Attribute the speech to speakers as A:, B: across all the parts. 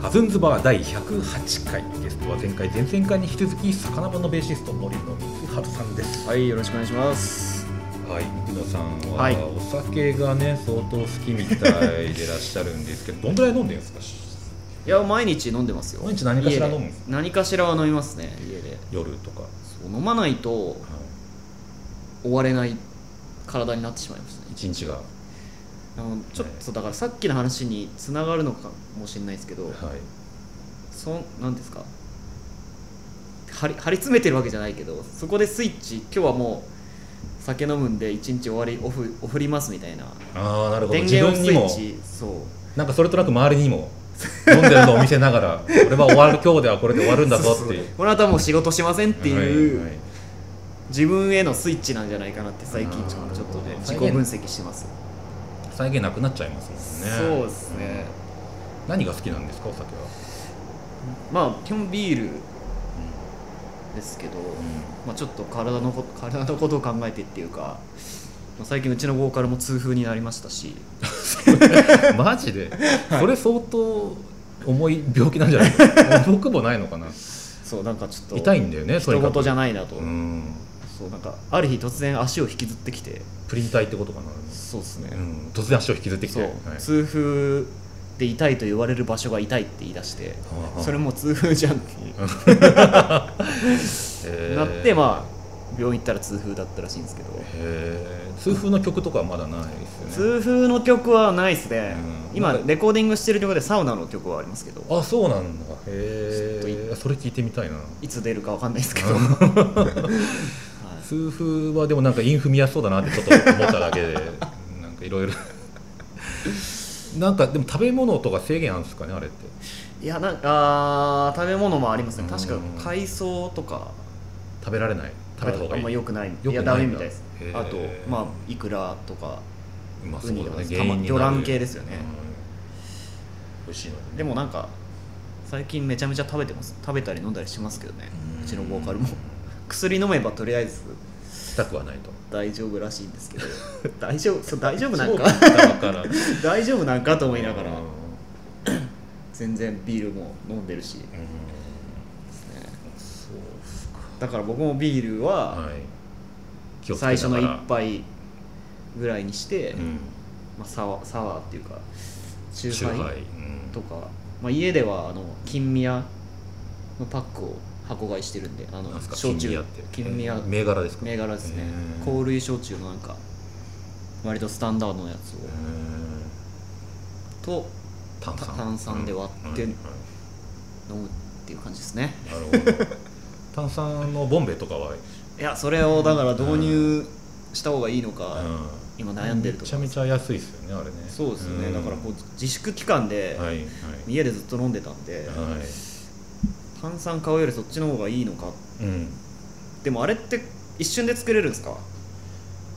A: カズンズバー第108回ゲストは前回前々回に引き続き魚場のベーシスト森野光春さんです
B: はい、よろしくお願いします。
A: はい三野さん
B: はい
A: はお酒がね相当好きみたいでいらっしゃるんですけ どどんぐらい飲んでるんですか
B: いや、毎日飲んでますよ。
A: 毎日何かしら飲む
B: 家で何かしらは飲みますね、家で。
A: 夜とか、は
B: そう飲まないと終われない体になってしまいますね
A: い、。一日が、は
B: あのちょっとだからさっきの話につながるのかもしれないですけど、そんなんですか張り張り詰めてるわけじゃないけどそこでスイッチ今日はもう酒飲むんで一日終わりオフオフりますみたいな
A: ああなるほど
B: 電
A: 自
B: 源を
A: 分
B: ス
A: に
B: イ
A: も
B: ッチそう
A: なんかそれとなく周りにも飲んでるのを見せなが ら俺は終わる今日ではこれで終わるんだぞっていう
B: この後はもう仕事しませんっていう、
A: はいはい
B: 自分へのスイッチなんじゃないかなって最近ちょ
A: あー
B: ちょっとね
A: 再
B: 自
A: 現
B: 己分析してます、
A: 再現なくなっちゃいますもんね
B: そうですね
A: 何が好きなんですかお酒は、
B: まあ基本ビールですけど、まあ、ちょっと体のこ体のことを考えてっていうか、まあ、最近うちのボーカルも痛風になりましたし
A: マジで、それ相当重い病気なんじ ゃないですか僕もないのかな
B: そうなんかちょっと
A: 痛いんだよねそれ
B: 人
A: が
B: 事じゃないなと、
A: うん
B: そうなんかある日突然足を引きずってきて
A: プリン体ってことかな、
B: そうですね、
A: うん、突然足を引きずってきて
B: そう、
A: はい
B: 痛風で痛いと言われる場所が痛いって言い出して
A: は あはあ
B: それもう痛風じゃんっていう
A: へー
B: なってまあ病院行ったら痛風だったらしいんですけど
A: へー痛風の曲とかはまだないですよね
B: 痛風の曲はないっすね
A: うん
B: 今レコーディングしてる曲でサウナの曲はありますけど
A: あそうなんだへ
B: ちょっと
A: えそれ聞いてみたいない
B: つ出るかわかんないですけどはい
A: 痛風はでもなんかインフ見やすそうだなってちょっと思っただけで なんかいろいろなんかでも食べ物とか制限あるんですかねあれって
B: いやなんかあー食べ物もありますね確か
A: うん
B: 海藻とか
A: 食べられない食べた方が
B: あ
A: い
B: んま
A: い
B: 良くない
A: 良くない
B: いや
A: んだ
B: ダメみたいです
A: へー
B: あとまあイクラとか
A: うまそう
B: ウニ
A: だ
B: とか
A: ね
B: です
A: 原因になる
B: 魚卵系ですよね
A: うん美味しいの
B: でもなんか最近めちゃめちゃ食べてます食べたり飲んだりしますけどねうちのボ ーカルも薬飲めばとりあえず
A: したくはないと
B: 大丈夫らしいんで すけど大丈夫そう大丈夫なんか
A: そうだから
B: 大丈夫なんかと思いながら
A: うん
B: 全然ビールも飲んでるし
A: そう
B: だから僕もビールは
A: はい気をつけなが
B: 最
A: ら
B: 初の1杯ぐらいにして、
A: うん
B: まあ、サワサワーっていうかチュ
A: 酎
B: ーハ
A: ハイ
B: イ
A: うん
B: とか、まあ、家ではあの金宮のパックを箱買いしてるんであの
A: なんすか
B: 焼
A: 金
B: 酎
A: 宮って
B: 金宮
A: えー銘柄ですか
B: 銘柄ですね
A: へー
B: 香類焼酎のなんか割とスタンダードのやつを
A: へー
B: と
A: 炭酸
B: 炭酸で割って
A: うん
B: 飲むっていう感じですね
A: はいはいなるほど炭酸のボンベとかはい
B: やそれをだから導入した方がいいのか、
A: うん
B: 今悩んでる
A: め
B: とこ
A: ちゃめちゃ安いですよねあれね
B: そうですね、
A: ん
B: だからこう自粛期間で、
A: はいはい
B: 家でずっと飲んでたんで、
A: はい
B: 炭酸買うよりそっちの方がいいのか
A: うん
B: でもあれって一瞬で作れるんですか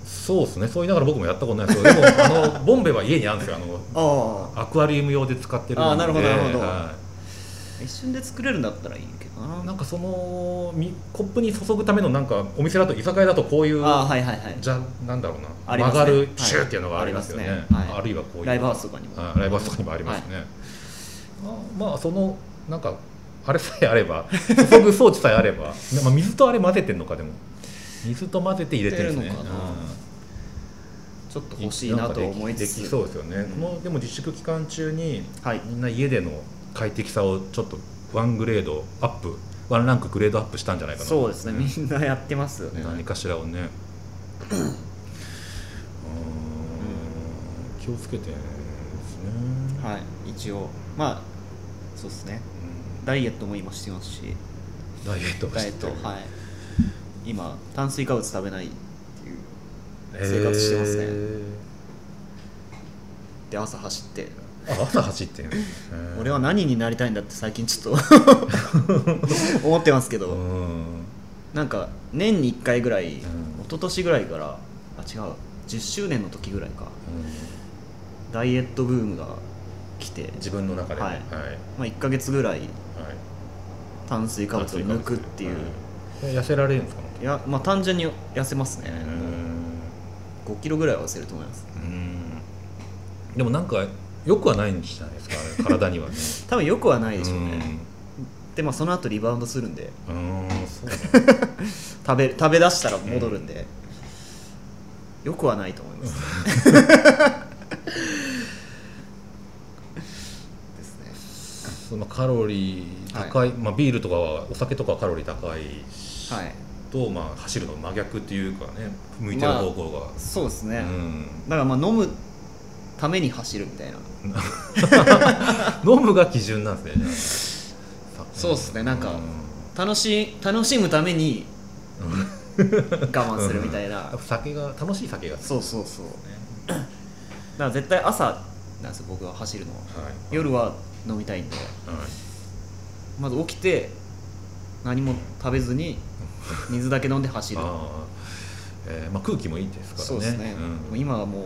A: そうですねそう言いながら僕もやったことないですけどでもあのボンベは家にあるんですよあの
B: ああ
A: アクアリウム用で使ってるんで
B: あーなるほどなるほど
A: は
B: 一瞬で作れるんだったらいいけど
A: い
B: な
A: なんかそのみコップに注ぐためのなんかお店だと居酒屋だとこういう
B: ああはいはいはい
A: じゃなんだろうな、
B: ありま
A: 曲が
B: すねは
A: る
B: い
A: シューっていうのがありますよね
B: ありますねはい
A: あるいはこういう
B: ライブハウスとかにも
A: はいライブハウスとかにもありますね、まあまあそのなんかあれさえあれば 注ぐ装置さえあれば、まあ、水とあれ混ぜてんのかでも水と混ぜて入れてるんですね
B: 入れてるのかなちょっと
A: うん
B: 欲しいなと思い
A: なんか
B: つ
A: できでき
B: つ
A: そうですよね、
B: うん
A: このでも自粛期間中に
B: はい
A: みんな家での快適さをちょっとワングレードアップワンランクグレードアップしたんじゃないかな
B: そうですねみんなやってますよね
A: 何かしらをねうーん気をつけてですね、
B: はい一応まあそうですねダイエットも今してますし
A: うんダイエットを
B: ダイ
A: し
B: エッ
A: て
B: トはい今炭水化物食べないっていう
A: 生活
B: 生活
A: し
B: してて
A: ま
B: ますす
A: ね
B: ねで朝走って
A: あ朝走ってん の、えー
B: 俺は何になりたいんだって最近ちょっ と思ってますけ
A: う
B: ど
A: ん
B: なんか年に1回ぐらい、
A: ん
B: 一昨年ぐらいからあ違う10周年の時ぐらいかダイエットブームが来て、
A: 自分の中で
B: はい
A: はいはい
B: まあ、1ヶ月ぐらい炭水化物を抜くっていう、
A: はい痩せられるんですか
B: いやまあ単純に痩せますね
A: う、
B: 5キロぐらいは痩せると思います
A: んでもなんかよくはないんじゃないですかあれ体に はね
B: 多分よくはないでしょうねでまあその後リバウンドするんで
A: うんうーんそうだね
B: 食べ食べ出したら戻るんで、よくはないと思います です
A: そのカロリー高い、まあ、ビールとかはお酒とかはカロリー高い
B: ねはい
A: と、まあ、走るの真逆っていうかね向いてる方向が、
B: そうですね、
A: うん
B: だからまあ飲むために走るみたいな
A: 飲むが基準なんですねじゃあ
B: そうっすねなんか
A: う
B: 楽し楽しむため に
A: うん
B: 我慢するみたいな、
A: うん酒が楽しい酒が好き
B: そうそうそうだから絶対朝なんですよ僕は走るのは
A: はい
B: 夜は飲みたいんで
A: はい
B: まず起きて何も食べずに水だけ飲んで走る
A: あーえーまあ、空気もいいですからね
B: そうですね、
A: う
B: もうん今はもう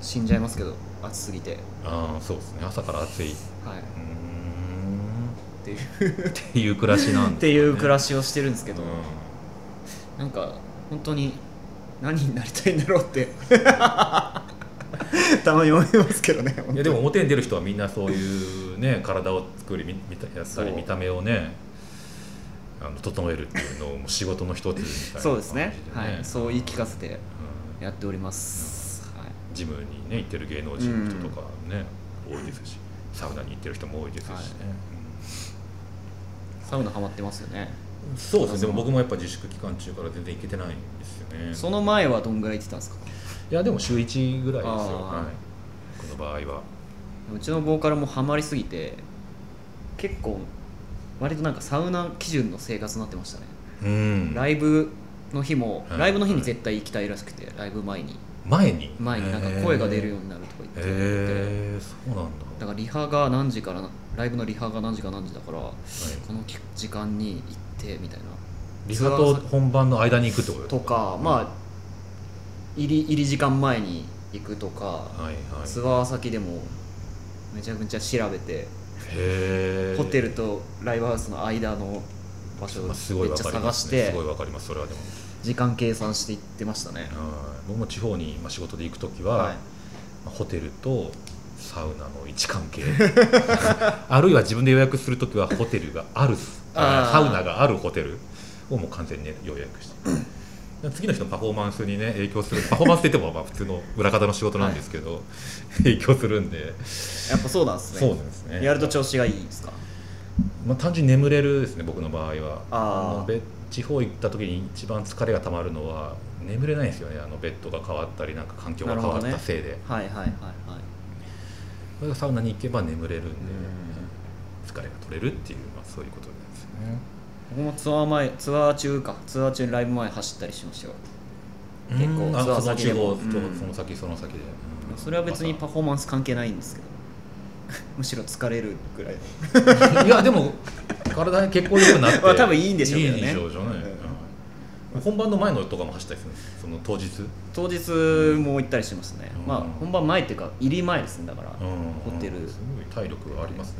B: 死んじゃいますけど暑すぎて
A: ああそうですね朝から暑いう
B: はいっ
A: ーん
B: ていう
A: っていう暮らしなん
B: っ
A: です、ね、
B: ていう暮
A: し
B: らしをしてるんですけど、なんか本当に何になりたいんだろうって たまに思いますけどね
A: いやでも表に出る人はみんなそういうね体を作りみ見たやったり
B: そう
A: 見た目をねあの整えるっていうのをもう仕事の一つみたいな感じで、ね、
B: そうですねはい、そう言い聞かせて
A: うん
B: やっております、はい、
A: ジムにね行ってる芸能人の人とかね、多いですしサウナに行ってる人も多いですしね、
B: はい
A: うん
B: サウナハマってますよね
A: そうですね、で
B: そう
A: も僕もやっぱ自粛期間中から全然行けてないんですよね。
B: その前はどんぐらい行ってたんですか
A: いや、でも週1ぐらいですよ、
B: あー
A: はい、この場合は。
B: うちのボーカルもハマりすぎて結構割となんかサウナ基準の生活になってましたね、
A: うん、
B: ライブの日も、
A: はい
B: ライブの日に絶対行きたいらしくてライブ前に
A: 前に
B: 前になんか声が出るようになるとか言って
A: へ
B: て、
A: えそうなんだ。
B: だからリハが何時からなライブのリハが何時から何時だからこ
A: はい
B: のき時間に行ってみたい
A: リハと本番の間に行くってこと
B: な
A: です
B: とかまあ入り入り時間前に行くとか
A: か、はいはい、
B: ツアー先でもめちゃくちゃ調べて
A: へー
B: ホテルとライブハウスの間の場所を
A: まあすご
B: め
A: い
B: っ
A: わ
B: ちゃ
A: かり
B: 探
A: ま
B: し
A: すね、
B: て
A: すごいわかります、それはでも。
B: 時間計算していってましたね
A: はい僕も地方にまあ仕事で行くときは、
B: は
A: まあホテルとサウナの位置関係 あるいは自分で予約するときはホテルがある
B: あー
A: サウナがあるホテルをもう完全に、ね、予約して次の人のパフォーマンスにね影響するパフォーマンスって言ってもまあ普通の裏方の仕事なんですけど、影響するんで
B: いやっぱそうなんですね
A: そうなんですね
B: やると調子がいいですか
A: まあ、単純に眠れるですね僕の場合は
B: あー
A: のべ地方行った時に一番疲れがたまるのは眠れないんですよねあのベッドが変わったりなんか環境が変わっ
B: な
A: た
B: るほどね
A: せいで、
B: はいはいはいはい
A: それがサウナに行けば眠れるんで、
B: う
A: 疲れが取れるっていう、まあ、そういうことなんですよね
B: 僕もツアー前ツアー中かツアー中にライブ前走ったりしましたよ結構
A: うんあ
B: ツア
A: その
B: ー先で
A: 地
B: も
A: 方
B: うん
A: とその先その先で、うん
B: それは別にパフォーマンス関係ないんですけど むしろ疲れるぐらい
A: いやでも体に血行良くなって、
B: まあ多分いいんでしょうけどね
A: いいんでしょうじゃない、
B: うん
A: うん本番の前のとかも走ったりするんですその当日、
B: 当日も行ったりしてましたね、
A: うん
B: まあ本番前っていうか入り前ですねだから、
A: うん
B: ホテル
A: すごい体力がありますね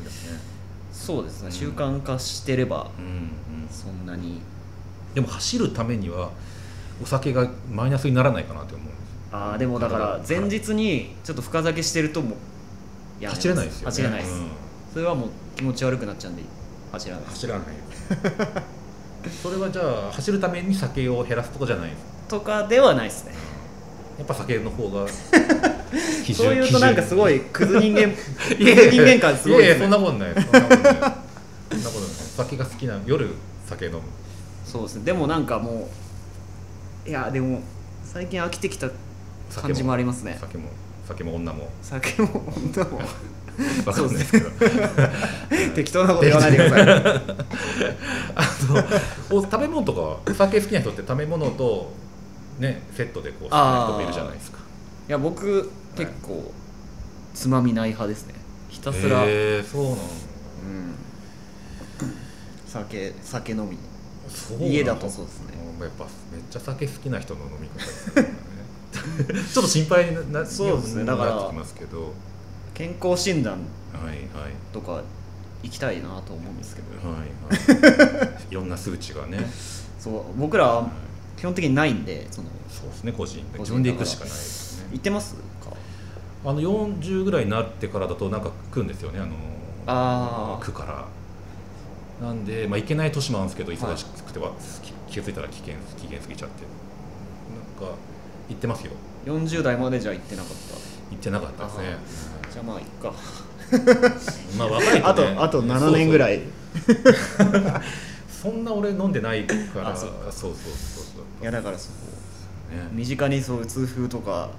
B: そうですね
A: うん
B: 習慣化してれば
A: うんうん
B: そんなに
A: でも走るためにはお酒がマイナスにならないかなって思うんです
B: ああでもだから
A: 体
B: 前
A: が
B: 日にちょっと深酒してるともうやめます
A: 走れないですよね
B: 走れないです、
A: うん
B: それはもう気持ち悪くなっちゃうんで走らないです
A: 走らないよそれはじゃあ走るために酒を減らすとこじゃないです
B: とかではないですね
A: やっぱ酒の方 が基
B: そういうとなんかす ごいクズ人間クズ
A: 基準いやい
B: 人
A: や
B: 間感すごい
A: い
B: で
A: やい
B: す
A: やそん
B: ね
A: なことないそんなことないそんなことない酒が好きな夜酒飲む
B: そうですねでもなんかもういやでも最近飽きてきた
A: 酒
B: 感じもありますね
A: 酒も酒も女も
B: 酒も女も
A: わかんないですけど
B: 適当なこと言わないでくだ さい
A: あのお食べ物とかはお酒好きな人って食べ物とねセットでこう好きな人もいるじゃないですか
B: いや僕結構つまみない派ですねひたすら、
A: へーそうなの
B: うん、酒酒飲み
A: そうなの
B: 家だとそうですね
A: んやっぱめっちゃ酒好きな人の飲み方ですね ちょっと心配なな
B: そうですねだから
A: なってきますけど
B: 健康診断
A: はいはい
B: とか行きたいなと思うんですけど
A: はいはいいろんな数値がね、
B: そう僕ら
A: はい
B: は基本的にないんでその
A: そうですね個人で
B: 個
A: 自
B: 人
A: 分で
B: だか
A: 行く
B: ら
A: しかないですね
B: 行ってますか
A: ああの40ぐらいになってからだとなんか来るんですよねあの
B: あー
A: 区からなんで、まあ、行けない年もあるんですけど忙しくては、気気づいたら危険期限過ぎちゃってなんか行ってますよ
B: 40代までじゃ行ってなかっ
A: 行ってなかったですね
B: たじゃあまあいっか
A: うんまあ若い
C: あ
A: ね
C: とあと7年ぐ
A: い
C: らい
A: そんな俺飲んでないから
B: あそ
A: そう
B: う
A: そうそうそう
B: いやだからそこ
A: ね
B: 身近にそういう痛風とか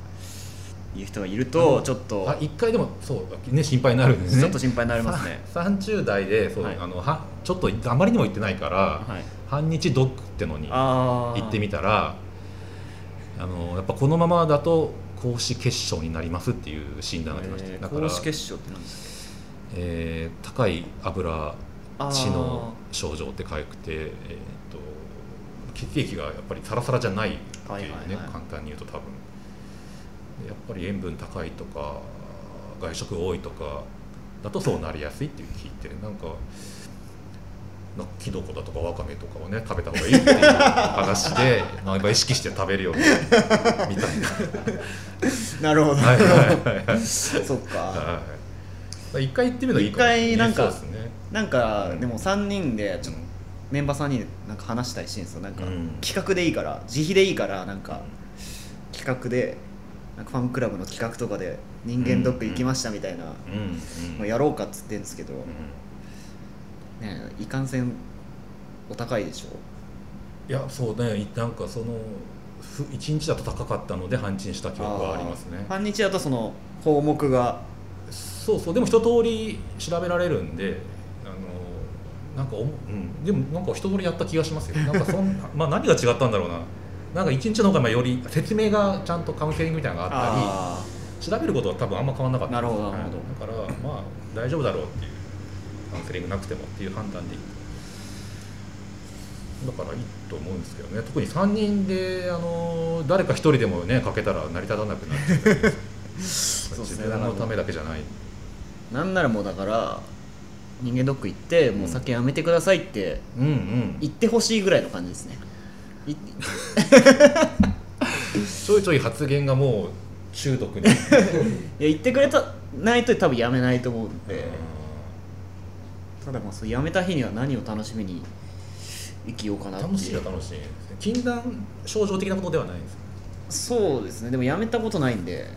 B: いう人がいるとちょっと
A: あ一回でもそうね心配になるんですね
B: ちょっと心配にな りますね
A: さ30代でそう、
B: はい
A: あのはちょっとあまりにも行ってないから、
B: はい
A: 半日ドックってのに行
B: ああ
A: ってみたらあのやっぱこのままだと高脂血症になりますっていう診断が出ました、
B: えー
A: だ
B: 高
A: から
B: 脂、血症って何です
A: えー高い油
B: か
A: 血の 症状って書いて、えーっと血液がやっぱりサラサラじゃないっていうね、
B: はいはいはい
A: 簡単に言うと多分でやっぱり塩分高いとか外食多いとかだとそうなりやすいっていう聞いてなんかなんかキノコだとかわかめとかをね食べた方がいいっていう話で まあ今意識して食べるようにみたいな
B: なるほど
A: はいはいはいはい
B: そっか
A: はい一回行ってみるのいいかもしれい
B: 一回なんか
A: そうですね
B: なんかでも3人でちょっとメンバー3人でなんか話したりしてんですよなんか
A: うん
B: 企画でいいから自費でいいからなんか企画でなんかファンクラブの企画とかで人間ドック行きましたみたいな
A: うんうん
B: のやろうかっつってんですけど
A: う
B: ね
A: ん
B: いかんせんお高いでしょ
A: いやそうねいなんかそのふ一日だと高かったので半日にした記憶はありますね
B: ー半日だとその項目が
A: そうそうでも一通り調べられるんであのなんかおも、うん、でもなんか一通りやった気がします よなんかそんなまあ何が違ったんだろうななんか一日の方がまあより説明がちゃんとカウンセリングみたいなのがあっ
B: あ
A: たり調べることは多分あんま変わらなかった
B: なるほど
A: はい
B: なるほ
A: だからまあ大丈夫だろうっていうカウンセリングなくてもっていう判断でだからいいと思うんですけどね特に3人であの誰か1人でもねかけたら成り立たなくなっちゃうから
B: うです
A: 自
B: ね
A: 分のためだけじゃない
B: ーなんならもうだから人間ドック行ってもう酒やめてくださいって
A: うんうん
B: 言ってほしいぐらいの感じですねい
A: ちょいちょい発言がもう中毒に
B: いや言ってくれたないと多分やめないと思うんで、ただまあそうやめた日には何を楽しみに生きようかなっていう
A: 楽しいは楽しいですね禁断症状的なことではないんです
B: そうですねでもやめたことないんで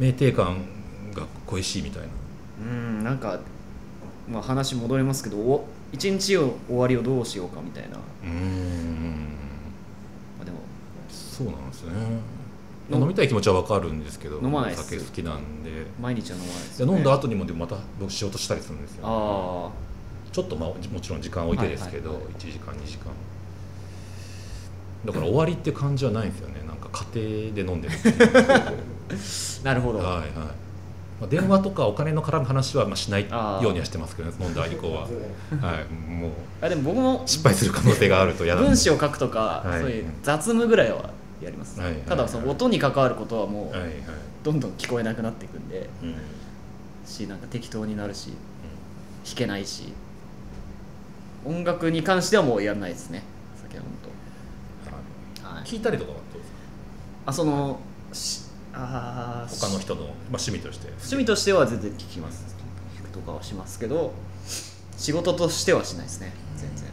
A: 酩酊感が恋しいみたいな
B: うんなんか、まあ、話戻りますけどお一日を終わりをどうしようかみたいな、ま
A: うん
B: あ、でも
A: そうなんですね
B: 飲む
A: 飲みたい気持ちはわかるんですけど
B: 飲まないっす
A: 酒好きなんで
B: 毎日は飲まないです
A: いや
B: よね、
A: 飲んだ後にもでもまた僕仕事したりするんですよ
B: あ
A: ちょっとまあもちろん時間置いてですけど、
B: はいはいは
A: 1時間2時間だから終わりって感じはないんですよねなんか家庭で飲んでるっていう
B: あなるほど、
A: はいはい、まあ、電話とかお金の絡む話はまあしない
B: あー
A: ようにはしてますけど、ね、飲んだ以降は、はい、もう
B: あでも僕も
A: 失敗する可能性があると嫌なんで
B: 文章を書くとか、
A: はい
B: そういう雑務ぐらいはやります、
A: はいはい
B: ただその音に関わることはも
A: はいは
B: う
A: い、
B: どんどん聞こえなくなっていくんで
A: うん
B: しなんか適当になるし弾けないし音楽に関してはもうやんないですね酒飲むと、は
A: あ
B: い
A: 聞いたりとかはどうですか
B: あそのしあー
A: 他の人の、まあ、趣味として
B: 趣味としては全然聞きます聞くとかはしますけど仕事としてはしないですね全然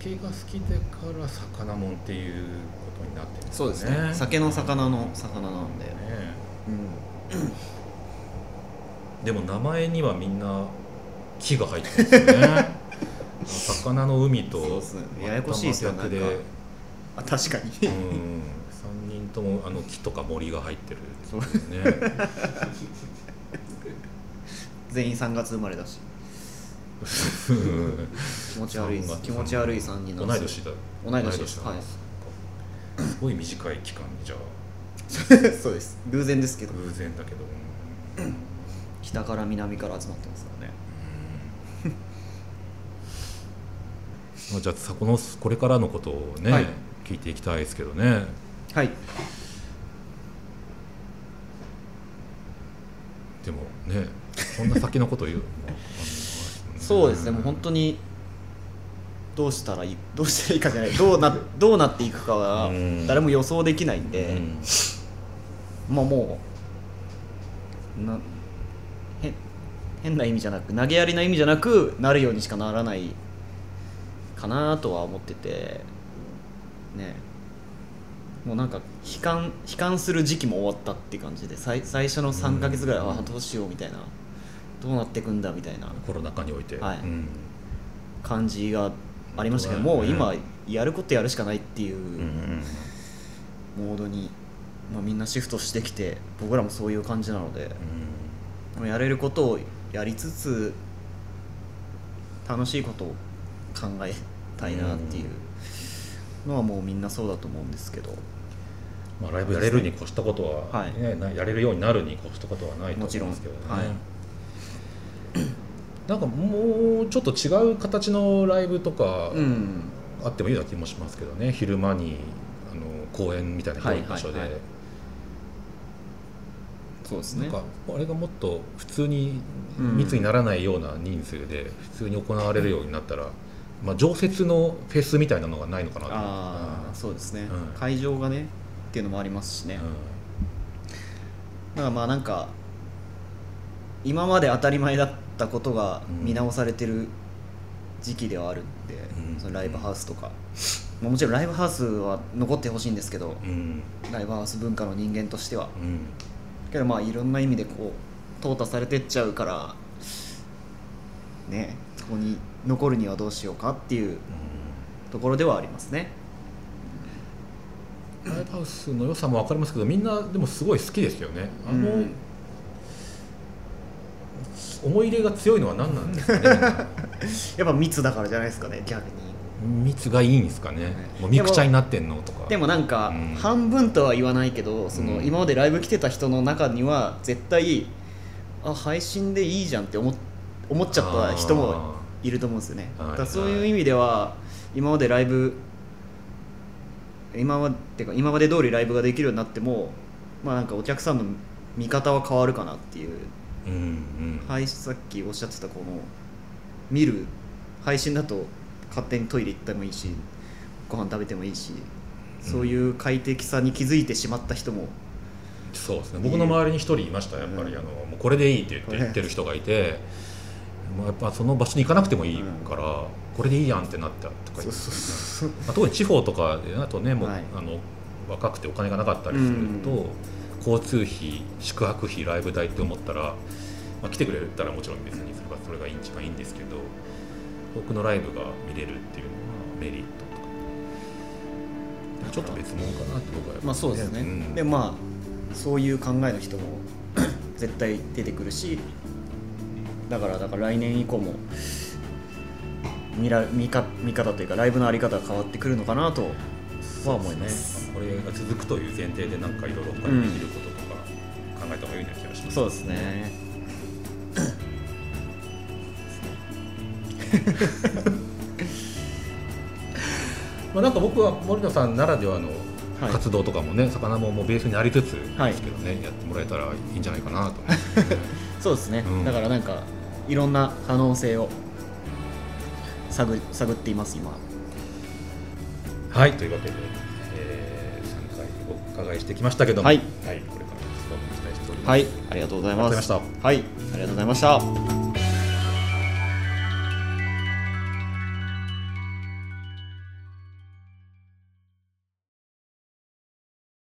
A: 酒が好きでから魚もんっていうことになってるん
B: そうですね酒の魚の魚なんで、
A: ね
B: うん、
A: でも名前にはみんな木が入ってますよね 魚の海
B: そう
A: と
B: っすねややこしいですよ
A: 真逆
B: なん
A: で
B: かあ確か に
A: うん3人ともあの木とか森が入ってるね
B: 全員3月生まれだし
A: うん
B: 気持ち悪い
A: 三月
B: 気持ち悪い3人
A: 同
B: ないんで
A: 年
B: すよ
A: だ
B: 同い年です
A: 同いなんかすごい短い期間にじゃあ
B: そうです偶然ですけど
A: 偶然だけど
B: 北から南から集まってますからね
A: まあじゃあさこのこれからのことをね、
B: はい
A: 聞いていきたいですけどね
B: はい
A: でもね こんな先のこと言う
B: そうですねもう本当にどうしたらいいどうしたらいいかじゃないどうなどうなっていくかは
A: うん
B: 誰も予想できないんで、
A: うん
B: まあもうなへ変な意味じゃなく投げやりな意味じゃなくなるようにしかならないかなとは思っててねもうなんか悲観悲観する時期も終わったって感じで最最初の3ヶ月ぐらいは
A: うん
B: どうしようみたいなどうなってくんだみたいな
A: コロナ禍において、
B: はい
A: うん
B: 感じがありましたけど
A: 本当
B: もう
A: だね
B: 今やることやるしかないっていううんモードに、まあ、みんなシフトしてきて僕らもそういう感じなので。やれることをやりつつ楽しいことを考えたいなっていうのはもうみんなそうだと思うんですけど
A: まあ、ライブやれるに越したことは、
B: はい
A: ねなやれるようになるに越したことはないと
B: も
A: 思
B: ち
A: い
B: ろん
A: ますけどね、
B: はい
A: なんかもうちょっと違う形のライブとか
B: うん
A: あってもいいような気もしますけどね昼間にあの公園みたいな広い場所で、
B: はいはいはいそうです
A: なんかあれがもっと普通に
B: うん
A: 密にならないような人数で普通に行われるようになったら、まあ、常設のフェスみたいなのがないのかなと思
B: ああそうですね、
A: うん
B: 会場がねっていうのもありますしね、
A: うん
B: だからまあなんか今まで当たり前だったことが見直されてる時期ではあるんで、
A: うん
B: そのライブハウスとか、まあもちろんライブハウスは残ってほしいんですけど
A: うん
B: ライブハウス文化の人間としては
A: うん
B: けどまあいろんな意味でこう淘汰されてっちゃうからねそこに残るにはどうしようかっていうところではありますね
A: ライブハウスの良さも分かりますけどみんなでもすごい好きですよねあの、
B: うん
A: 思い入れが強いのは何なんですかね
B: やっぱ密だからじゃないですかね逆に
A: 密がいいんですかね、もうみくちゃになってんのとか
B: でもなんか
A: うん
B: 半分とは言わないけどその
A: うん
B: 今までライブ来てた人の中には絶対あ配信でいいじゃんって思っ思っちゃった人もいると思うんですよね。
A: はい
B: だからそういう意味では今までライブ今までてか今まで通りライブができるようになってもまあなんかお客さんの見方は変わるかなっていう
A: うんうん
B: 配さっきおっしゃってたこの見る配信だと勝手にトイレ行ってもいいしご飯食べてもいいしそういう快適さに気づいてしまった人も、
A: そうですね僕の周りに一人いましたやっぱり、
B: うん
A: あのもうこれでいいって言って
B: これ
A: 言ってる人がいて、まあ、やっぱその場所に行かなくてもいいから、これでいいやんってなったとか言って
B: そう
A: まあ、特に地方とかであとねもう、
B: はい
A: あの若くてお金がなかったりすると、
B: うん
A: 交通費宿泊費ライブ代って思ったら、まあ、来てくれたらもちろん別にそれがそれがいい一番いいんですけど遠くのライブが見れるっていうのはメリットとかちょっと別物かなって僕はやっぱり
B: まあそうですね、
A: ん
B: でまあそういう考えの人も 絶対出てくるしだからだから来年以降も見ら見か見方というかライブのあり方が変わってくるのかなとは思います。
A: これが続くという前提でなんかいろいろ他にできることとか考えた方がいいような気がします、
B: そうですね。
A: まあ、なんか僕は森野さんならではの
B: はい
A: 活動とかもね、魚ももうベースになりつつ
B: はい
A: ですけどね、やってもらえたらいいんじゃないかなと思いますね
B: そうですね、
A: うん
B: だからなんかいろんな可能性を探り探っています今
A: はいというわけで、え3回お伺いしてきましたけども、
B: はい
A: これからも活動も期待しております、
B: はいありがとうございます
A: ありがとうございま
B: はいありがとうございました